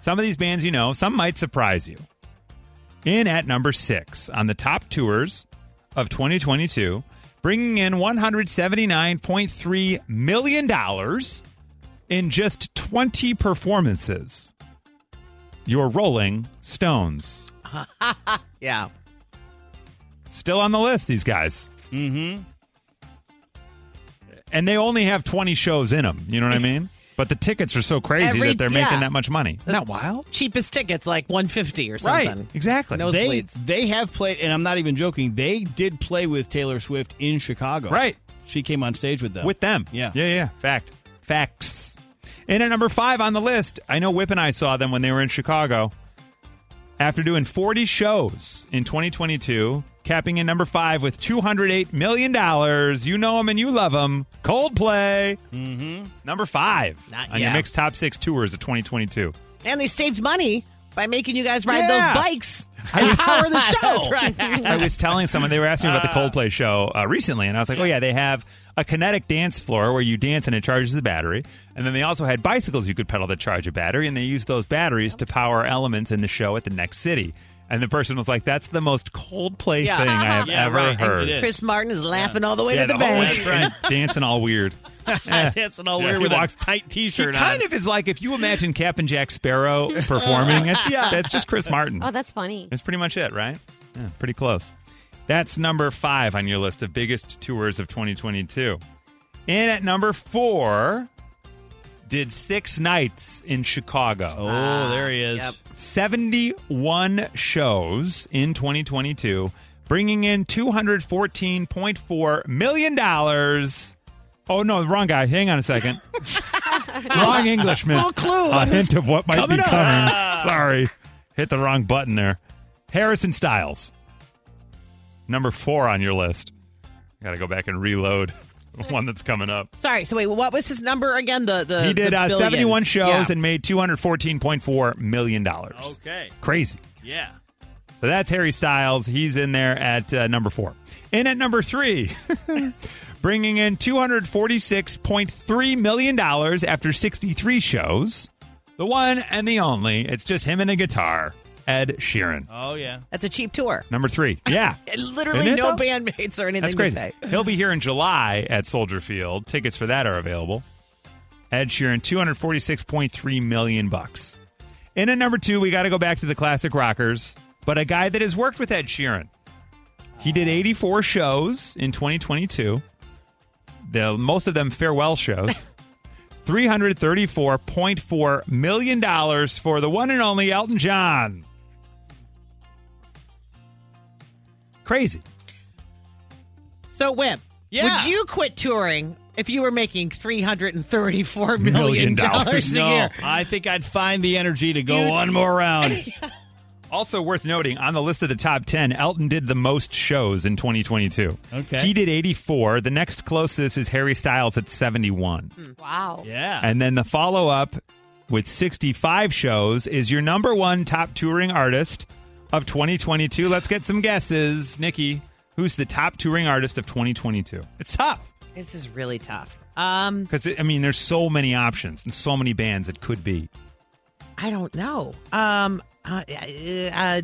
Speaker 1: Some of these bands you know, some might surprise you. In at number six on the top tours of 2022, bringing in $179.3 million in just 20 performances. Your Rolling Stones.
Speaker 2: yeah.
Speaker 1: Still on the list, these guys. Mm
Speaker 2: Mm-hmm.
Speaker 1: hmm. And they only have 20 shows in them. You know what I mean? But the tickets are so crazy
Speaker 2: Every-
Speaker 1: that they're
Speaker 2: yeah.
Speaker 1: making that much money. Isn't that wild?
Speaker 2: Cheapest tickets like 150 or something.
Speaker 1: Right, exactly.
Speaker 4: They,
Speaker 2: Nosebleeds.
Speaker 4: they have played, and I'm not even joking, they did play with Taylor Swift in Chicago.
Speaker 1: Right.
Speaker 4: She came on stage with them.
Speaker 1: With them.
Speaker 4: Yeah.
Speaker 1: Yeah, yeah. Fact. Facts. And at number five on the list, I know Whip and I saw them when they were in Chicago. After doing 40 shows in 2022, capping in number five with $208 million. You know them and you love them. Coldplay. Mm-hmm. Number five
Speaker 2: Not-
Speaker 1: on your
Speaker 2: yeah.
Speaker 1: mixed top six tours of 2022.
Speaker 2: And they saved money by making you guys ride
Speaker 1: Yeah.
Speaker 2: those bikes
Speaker 1: I
Speaker 2: an
Speaker 1: was-
Speaker 2: hour of the show.
Speaker 1: That's I was telling someone they were asking me about the
Speaker 2: Uh.
Speaker 1: Coldplay show uh, recently, and I was like, "Oh yeah, they have a kinetic dance floor where you dance and it charges the battery, and then they also had bicycles you could pedal that charge a battery, and they use those batteries to power elements in the show at the next city." And the person was like, "That's the most Coldplay thing I have
Speaker 4: Yeah,
Speaker 1: ever
Speaker 4: right.
Speaker 1: heard."
Speaker 4: It is.
Speaker 2: Chris Martin is laughing all the way
Speaker 1: Yeah,
Speaker 2: to the,
Speaker 1: whole
Speaker 2: bank.
Speaker 1: way- dancing all weird. Yeah.
Speaker 4: Dancing all
Speaker 1: Yeah,
Speaker 4: weird
Speaker 1: he
Speaker 4: with
Speaker 1: walks-
Speaker 4: a tight
Speaker 1: He
Speaker 4: T-shirt
Speaker 1: kind
Speaker 4: on.
Speaker 1: of is like if you imagine Captain Jack Sparrow performing. That's,
Speaker 3: Yeah.
Speaker 1: that's just Chris Martin.
Speaker 3: Oh, that's funny.
Speaker 1: That's pretty much it, right? Yeah, pretty close. That's number five on your list of biggest tours of 2022. And at number four, did six nights in Chicago.
Speaker 4: Oh, Ah, there he is. yep.
Speaker 1: 71 shows in 2022, bringing in $214.4 million. Oh, no, wrong guy. Hang on a second. Wrong Englishman.
Speaker 5: Little clue.
Speaker 1: A
Speaker 5: I'm just
Speaker 1: hint of what might
Speaker 5: coming
Speaker 1: be
Speaker 5: up.
Speaker 1: coming.
Speaker 5: Ah.
Speaker 1: Sorry. Hit the wrong button there. Harrison Styles. Number four on your list. Got to go back and reload the one that's coming up.
Speaker 2: Sorry. So wait, what was his number again? The the
Speaker 1: he did
Speaker 2: the
Speaker 1: uh,
Speaker 2: billions.
Speaker 1: 71 shows
Speaker 2: Yeah.
Speaker 1: and made $214.4 million. Okay. Crazy.
Speaker 4: Yeah.
Speaker 1: So that's Harry Styles. He's in there at uh, number four. And at number three, bringing in $246.3 million after 63 shows. The one and the only. It's just him and a guitar, Ed Sheeran.
Speaker 4: Oh yeah.
Speaker 2: That's a cheap tour.
Speaker 1: Number three. Yeah.
Speaker 2: Literally
Speaker 1: Isn't it,
Speaker 2: no
Speaker 1: though?
Speaker 2: bandmates or anything.
Speaker 1: That's
Speaker 2: to
Speaker 1: crazy.
Speaker 2: pay.
Speaker 1: He'll be here in July at Soldier Field. Tickets for that are available. Ed Sheeran, two hundred forty-six point three million bucks. In at number two, we got to go back to the classic rockers, but a guy that has worked with Ed Sheeran. He did eighty-four shows in twenty twenty-two. The most of them farewell shows. Three hundred thirty-four point four million dollars for the one and only Elton John. Crazy.
Speaker 2: So Whip,
Speaker 4: Yeah.
Speaker 2: would you quit touring if you were making three hundred and thirty four million
Speaker 1: Million
Speaker 2: dollars a
Speaker 4: no,
Speaker 2: year?
Speaker 4: I think I'd find the energy to go
Speaker 1: You-
Speaker 4: one more round.
Speaker 1: Also worth noting on the list of the top 10, Elton did the most shows in 2022.
Speaker 4: Okay.
Speaker 1: He did 84. The next closest is Harry Styles at 71.
Speaker 3: Hmm. Wow.
Speaker 4: Yeah.
Speaker 1: And then the follow up with 65 shows is your number one top touring artist, of 2022. Let's get some guesses. Nikki, who's the top touring artist of 2022? It's tough
Speaker 2: This is really tough. Um,
Speaker 1: because, I mean, there's so many options and so many bands it could be.
Speaker 2: I don't know. Um, uh, uh, uh,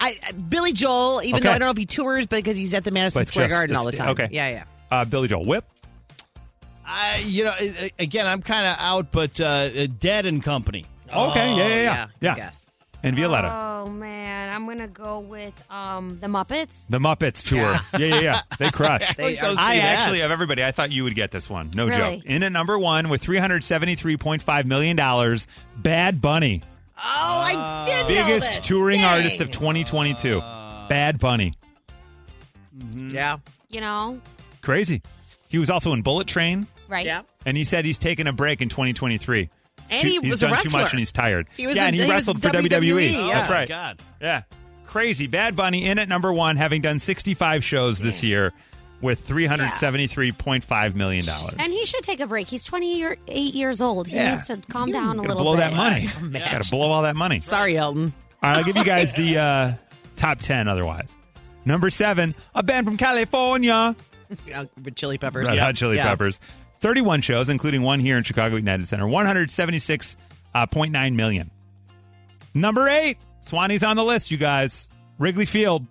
Speaker 2: I, uh, Billy Joel, even
Speaker 1: Okay.
Speaker 2: though I don't know if he tours, but because he's at the Madison
Speaker 1: But
Speaker 2: Square
Speaker 1: just-
Speaker 2: Garden all the
Speaker 1: just-
Speaker 2: time.
Speaker 1: okay.
Speaker 2: Yeah, yeah.
Speaker 1: Uh, Billy Joel Whip.
Speaker 4: I, you know, a- a- again, I'm kind of out, but uh, Dead and Company.
Speaker 1: Okay,
Speaker 2: Oh,
Speaker 1: yeah, yeah, yeah. Yeah. And Violetta.
Speaker 3: Oh man, I'm gonna go with um the Muppets.
Speaker 1: The Muppets tour. Yeah, yeah, yeah. They crush.
Speaker 3: They are-
Speaker 1: I
Speaker 3: see that.
Speaker 1: actually, of everybody, I thought you would get this one. No
Speaker 3: Really?
Speaker 1: joke. In at number one with $373.5 million, Bad Bunny.
Speaker 2: Oh, I did know
Speaker 1: biggest
Speaker 2: that.
Speaker 1: touring
Speaker 2: Dang.
Speaker 1: artist of 2022.
Speaker 3: Uh.
Speaker 1: Bad Bunny.
Speaker 2: Yeah.
Speaker 3: You know,
Speaker 1: Crazy. He was also in Bullet Train,
Speaker 3: right? Yeah.
Speaker 1: and he said he's taking a break in 2023. It's
Speaker 3: And
Speaker 1: too-
Speaker 3: he
Speaker 1: he's
Speaker 3: was a
Speaker 1: done too much
Speaker 3: wrestler.
Speaker 1: and he's tired.
Speaker 3: He was
Speaker 1: yeah,
Speaker 3: in-
Speaker 1: and he,
Speaker 3: he was
Speaker 1: wrestled for WWE.
Speaker 3: WWE, yeah.
Speaker 1: That's
Speaker 3: Oh,
Speaker 1: right.
Speaker 4: God.
Speaker 1: Yeah. Crazy. Bad Bunny in at number one, having done 65 shows this year with $373.5 million.
Speaker 3: And he should take a break. He's 28 years old. He
Speaker 1: Yeah.
Speaker 3: needs to calm down a
Speaker 1: Gotta
Speaker 3: little
Speaker 1: blow
Speaker 3: bit.
Speaker 1: that money. Gotta blow all that money.
Speaker 2: Sorry, Elton.
Speaker 1: All right, I'll give you guys the uh, top 10 otherwise. Number seven, a band from California.
Speaker 2: Uh, with Chili Peppers.
Speaker 1: Red
Speaker 2: Yeah.
Speaker 1: Hot Chili
Speaker 2: Yeah.
Speaker 1: Peppers. 31 shows, including one here in Chicago United Center. 176.9 uh, million. Number eight, Swanee's on the list, you guys. Wrigley Field.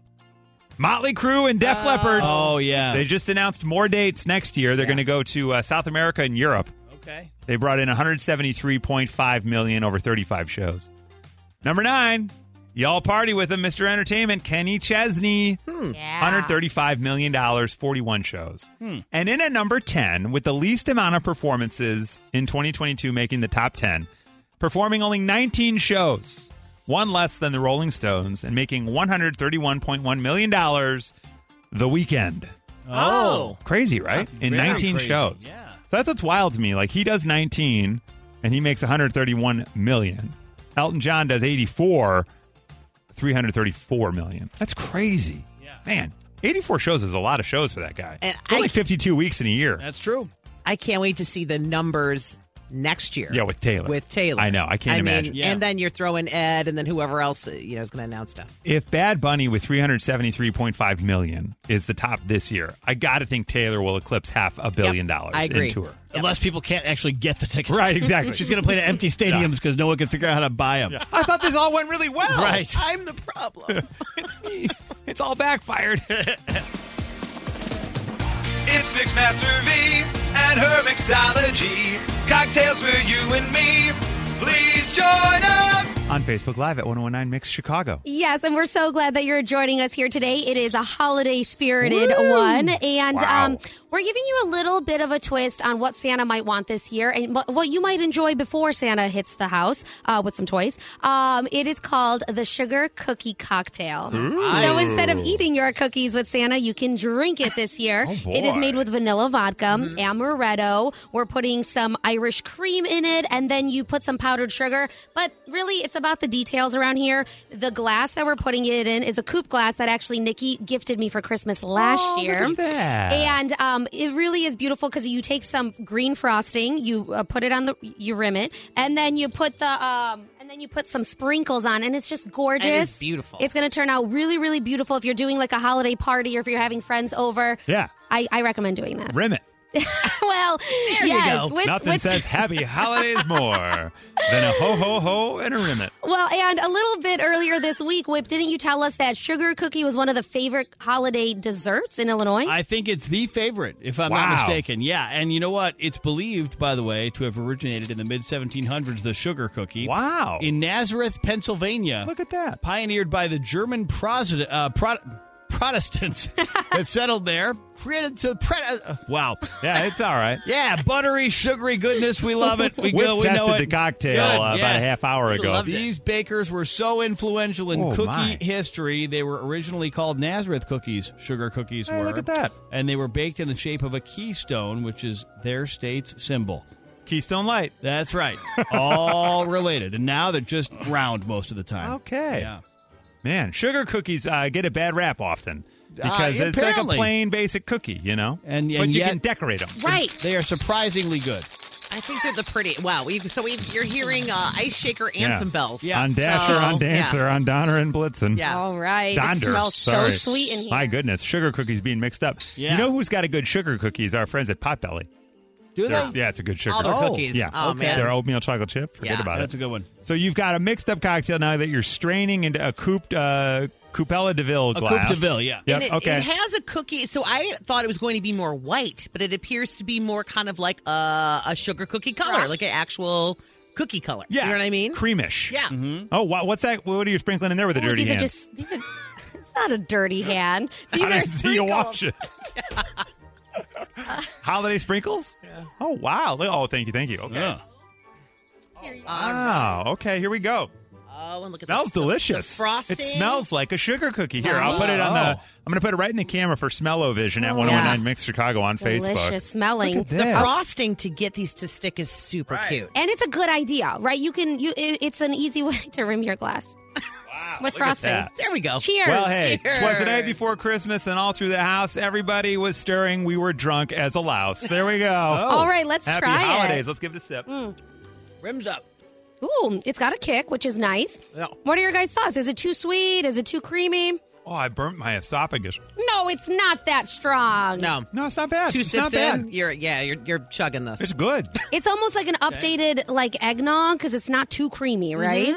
Speaker 1: Motley Crue and Def Leppard.
Speaker 4: Oh, yeah.
Speaker 1: They just announced more dates next year. They're going to go to uh, South America and Europe.
Speaker 4: Okay.
Speaker 1: They brought in 173.5 million over 35 shows. Number nine, y'all party with him, Mr. Entertainment, Kenny Chesney. $135 million, 41 shows.
Speaker 12: Hmm.
Speaker 1: And in at number 10, with the least amount of performances in 2022 making the top 10, performing only 19 shows, one less than the Rolling Stones, and making $131.1 million, The Weekend.
Speaker 4: Oh.
Speaker 1: Crazy, right? In
Speaker 4: Very
Speaker 1: 19
Speaker 4: crazy,
Speaker 1: shows.
Speaker 4: yeah.
Speaker 1: So that's what's wild to me. Like he does 19 and he makes 131 million. Elton John does 84, 334 million. That's crazy. Yeah. Man, 84 shows is a lot of shows for that guy.
Speaker 2: And
Speaker 1: It's only 52 weeks in a year.
Speaker 4: That's true.
Speaker 2: I can't wait to see the numbers next year.
Speaker 1: Yeah, with Taylor.
Speaker 2: With Taylor.
Speaker 1: I know. I can't
Speaker 2: mean,
Speaker 1: imagine.
Speaker 2: And then you're throwing Ed and then whoever else, uh, you know, is going to announce stuff.
Speaker 1: If Bad Bunny with 373.5 million is the top this year, I got to think Taylor will eclipse half a billion dollars
Speaker 4: I agree.
Speaker 1: in tour.
Speaker 4: Unless people can't actually get the tickets.
Speaker 1: Right, exactly.
Speaker 4: She's going to play to empty stadiums because no one can figure out how to buy them.
Speaker 1: I thought this all went really well.
Speaker 4: Right.
Speaker 2: I'm the problem.
Speaker 1: it's me. It's all backfired.
Speaker 5: It's Mixmaster V and her mixology. Cocktails for you and me. Please join us.
Speaker 1: On Facebook Live at 1019 Mix Chicago.
Speaker 3: Yes, and we're so glad that you're joining us here today. It is a holiday spirited
Speaker 1: Woo!
Speaker 3: one, and
Speaker 1: Wow.
Speaker 3: um, we're giving you a little bit of a twist on what Santa might want this year and what, what you might enjoy before Santa hits the house uh, with some toys. Um, it is called the Sugar Cookie Cocktail.
Speaker 14: Ooh.
Speaker 3: So instead of eating your cookies with Santa, you can drink it this year.
Speaker 14: Oh, boy.
Speaker 3: it is made with vanilla vodka,
Speaker 14: Mm-hmm.
Speaker 3: amaretto. We're putting some Irish cream in it, and then you put some powdered sugar. But really, it's about the details around here. The glass that we're putting it in is a coupe glass that actually Nikki gifted me for Christmas last
Speaker 14: Oh, look
Speaker 3: year.
Speaker 14: at that.
Speaker 3: And um, it really is beautiful because you take some green frosting, you uh, put it on the, you rim it, and then you put the. Um, and then you put some sprinkles on, and it's just gorgeous.
Speaker 2: beautiful.
Speaker 3: It's going to turn out really, really beautiful if you're doing like a holiday party or if you're having friends over.
Speaker 1: Yeah.
Speaker 3: I, I recommend doing this.
Speaker 1: Rim it.
Speaker 3: well,
Speaker 14: you
Speaker 3: yes.
Speaker 14: go.
Speaker 3: With,
Speaker 1: Nothing
Speaker 3: with-
Speaker 1: says happy holidays more than a ho ho ho and a rimmet.
Speaker 3: Well, and a little bit earlier this week, Whip, didn't you tell us that sugar cookie was one of the favorite holiday desserts in Illinois?
Speaker 4: I think it's the favorite, if I'm
Speaker 1: Wow.
Speaker 4: not mistaken. Yeah, and you know what? It's believed, by the way, to have originated in the mid 1700s, the sugar cookie.
Speaker 1: Wow.
Speaker 4: In Nazareth, Pennsylvania. Look
Speaker 1: at that.
Speaker 4: Pioneered by the German Prosit- uh, Pro- Protestants that settled there. Created to. Pre- uh, wow.
Speaker 1: Yeah, it's all right.
Speaker 4: Yeah, buttery, sugary goodness. We love it. We,
Speaker 1: Whip
Speaker 4: go, we
Speaker 1: tested
Speaker 4: know it.
Speaker 1: the cocktail
Speaker 4: Good,
Speaker 1: uh, about
Speaker 4: yeah.
Speaker 1: a half hour ago.
Speaker 4: These bakers were so influential in
Speaker 1: Oh,
Speaker 4: cookie
Speaker 1: my.
Speaker 4: history. They were originally called Nazareth cookies. Sugar cookies
Speaker 1: Hey,
Speaker 4: were.
Speaker 1: look at that.
Speaker 4: And they were baked in the shape of a keystone, which is their state's symbol.
Speaker 1: Keystone Light.
Speaker 4: That's right. All related. And now they're just round most of the time.
Speaker 1: Okay.
Speaker 4: Yeah.
Speaker 1: Man, sugar cookies uh, get a bad rap often because
Speaker 4: Uh,
Speaker 1: it's like a
Speaker 4: apparently.
Speaker 1: plain basic cookie, you know?
Speaker 4: And,
Speaker 1: but
Speaker 4: and
Speaker 1: you
Speaker 4: yet-
Speaker 1: can decorate them.
Speaker 4: They are surprisingly good.
Speaker 2: I think they're the pretty. Wow. We, so we you're hearing uh, Ice Shaker and
Speaker 1: Yeah. Uh,
Speaker 2: some bells.
Speaker 1: On Dasher,
Speaker 2: So,
Speaker 1: on Dancer,
Speaker 2: yeah.
Speaker 1: on Donner and Blitzen.
Speaker 2: Yeah.
Speaker 3: All right.
Speaker 1: Donder.
Speaker 3: It smells
Speaker 1: Sorry.
Speaker 3: so sweet in here.
Speaker 1: My goodness, sugar cookies being mixed up. You know who's got a good sugar cookie? Is our friends at Potbelly.
Speaker 4: Do
Speaker 1: They're-
Speaker 4: they?
Speaker 1: Yeah, it's a good sugar
Speaker 4: All their
Speaker 1: cookie.
Speaker 4: cookies.
Speaker 1: Yeah.
Speaker 4: Oh, Okay. man.
Speaker 1: Their oatmeal chocolate chip. Forget
Speaker 4: Yeah.
Speaker 1: about it.
Speaker 4: That's a good one.
Speaker 1: So you've got a mixed up cocktail now that you're straining into a cooped, uh, Coupella Deville
Speaker 4: A
Speaker 1: glass.
Speaker 4: Coupe de Ville, yeah.
Speaker 1: Yep,
Speaker 2: And it,
Speaker 1: okay.
Speaker 2: it has a cookie. So I thought it was going to be more white, but it appears to be more kind of like a, a sugar cookie color, like an actual cookie color.
Speaker 1: yeah.
Speaker 2: You know what I mean?
Speaker 1: Creamish.
Speaker 2: Yeah.
Speaker 1: Oh, wha- what's that? What are you sprinkling in there with a
Speaker 3: Oh,
Speaker 1: dirty
Speaker 3: these
Speaker 1: hand?
Speaker 3: are just these are. It's not a dirty hand. These
Speaker 1: How
Speaker 3: are
Speaker 1: did you
Speaker 3: sprinkled.
Speaker 1: wash it? Holiday sprinkles? Yeah. Oh wow! Oh, thank you, thank you. Okay. Wow. Okay. Here we go.
Speaker 2: Oh, and look at
Speaker 1: Smells
Speaker 2: the,
Speaker 1: delicious.
Speaker 2: The frosting.
Speaker 1: It smells like a sugar cookie. Here, I'll put it on the.
Speaker 4: Wow.
Speaker 1: I'm going to put it right in the camera for Smellovision at
Speaker 3: Oh,
Speaker 1: 1019
Speaker 3: yeah.
Speaker 1: Mix Chicago on
Speaker 3: Delicious
Speaker 1: Facebook.
Speaker 3: smelling.
Speaker 1: Look at
Speaker 2: The
Speaker 1: this.
Speaker 2: frosting to get these to stick is super cute.
Speaker 3: And it's a good idea, right? You can you. It, it's an easy way to rim your glass. Wow. With
Speaker 1: look at
Speaker 3: frosting.
Speaker 1: that.
Speaker 2: There we go.
Speaker 3: Cheers.
Speaker 1: Well, hey,
Speaker 2: Cheers.
Speaker 1: twas the day before Christmas, and all through the house, everybody was stirring. We were drunk as a louse. There we go.
Speaker 3: Oh. All right, let's
Speaker 1: Happy
Speaker 3: try it. Mm.
Speaker 1: holidays. Let's give it a sip.
Speaker 2: Rims up.
Speaker 3: Ooh, it's got a kick, which is nice.
Speaker 2: Yeah.
Speaker 3: What are your guys' thoughts? Is it too sweet? Is it too creamy?
Speaker 1: Oh, I burnt my esophagus.
Speaker 3: No, it's not that strong.
Speaker 2: No.
Speaker 1: No, it's not bad.
Speaker 2: Two
Speaker 1: it's
Speaker 2: sips
Speaker 1: not bad.
Speaker 2: in, you're yeah, you're you're chugging this.
Speaker 1: It's good.
Speaker 3: It's almost like an updated like eggnog because it's not too creamy, right?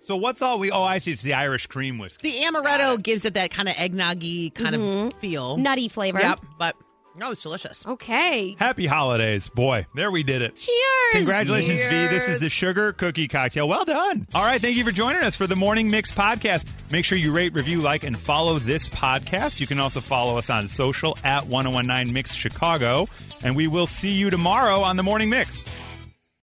Speaker 1: So what's all we? Oh, I see. It's the Irish cream whiskey.
Speaker 2: The amaretto gives it that kind of eggnoggy kind of feel.
Speaker 3: Nutty flavor.
Speaker 2: Yep, but no, it's delicious.
Speaker 3: Okay.
Speaker 1: Happy holidays, boy. There we did it.
Speaker 3: Cheers.
Speaker 1: Congratulations, V. This is
Speaker 2: Cheers.
Speaker 1: the sugar cookie cocktail. Well done. All right, thank you for joining us for the Morning Mix podcast. Make sure you rate, review, like, and follow this podcast. You can also follow us oh on social at 1019 Mix Chicago. And we will see you tomorrow on the Morning Mix.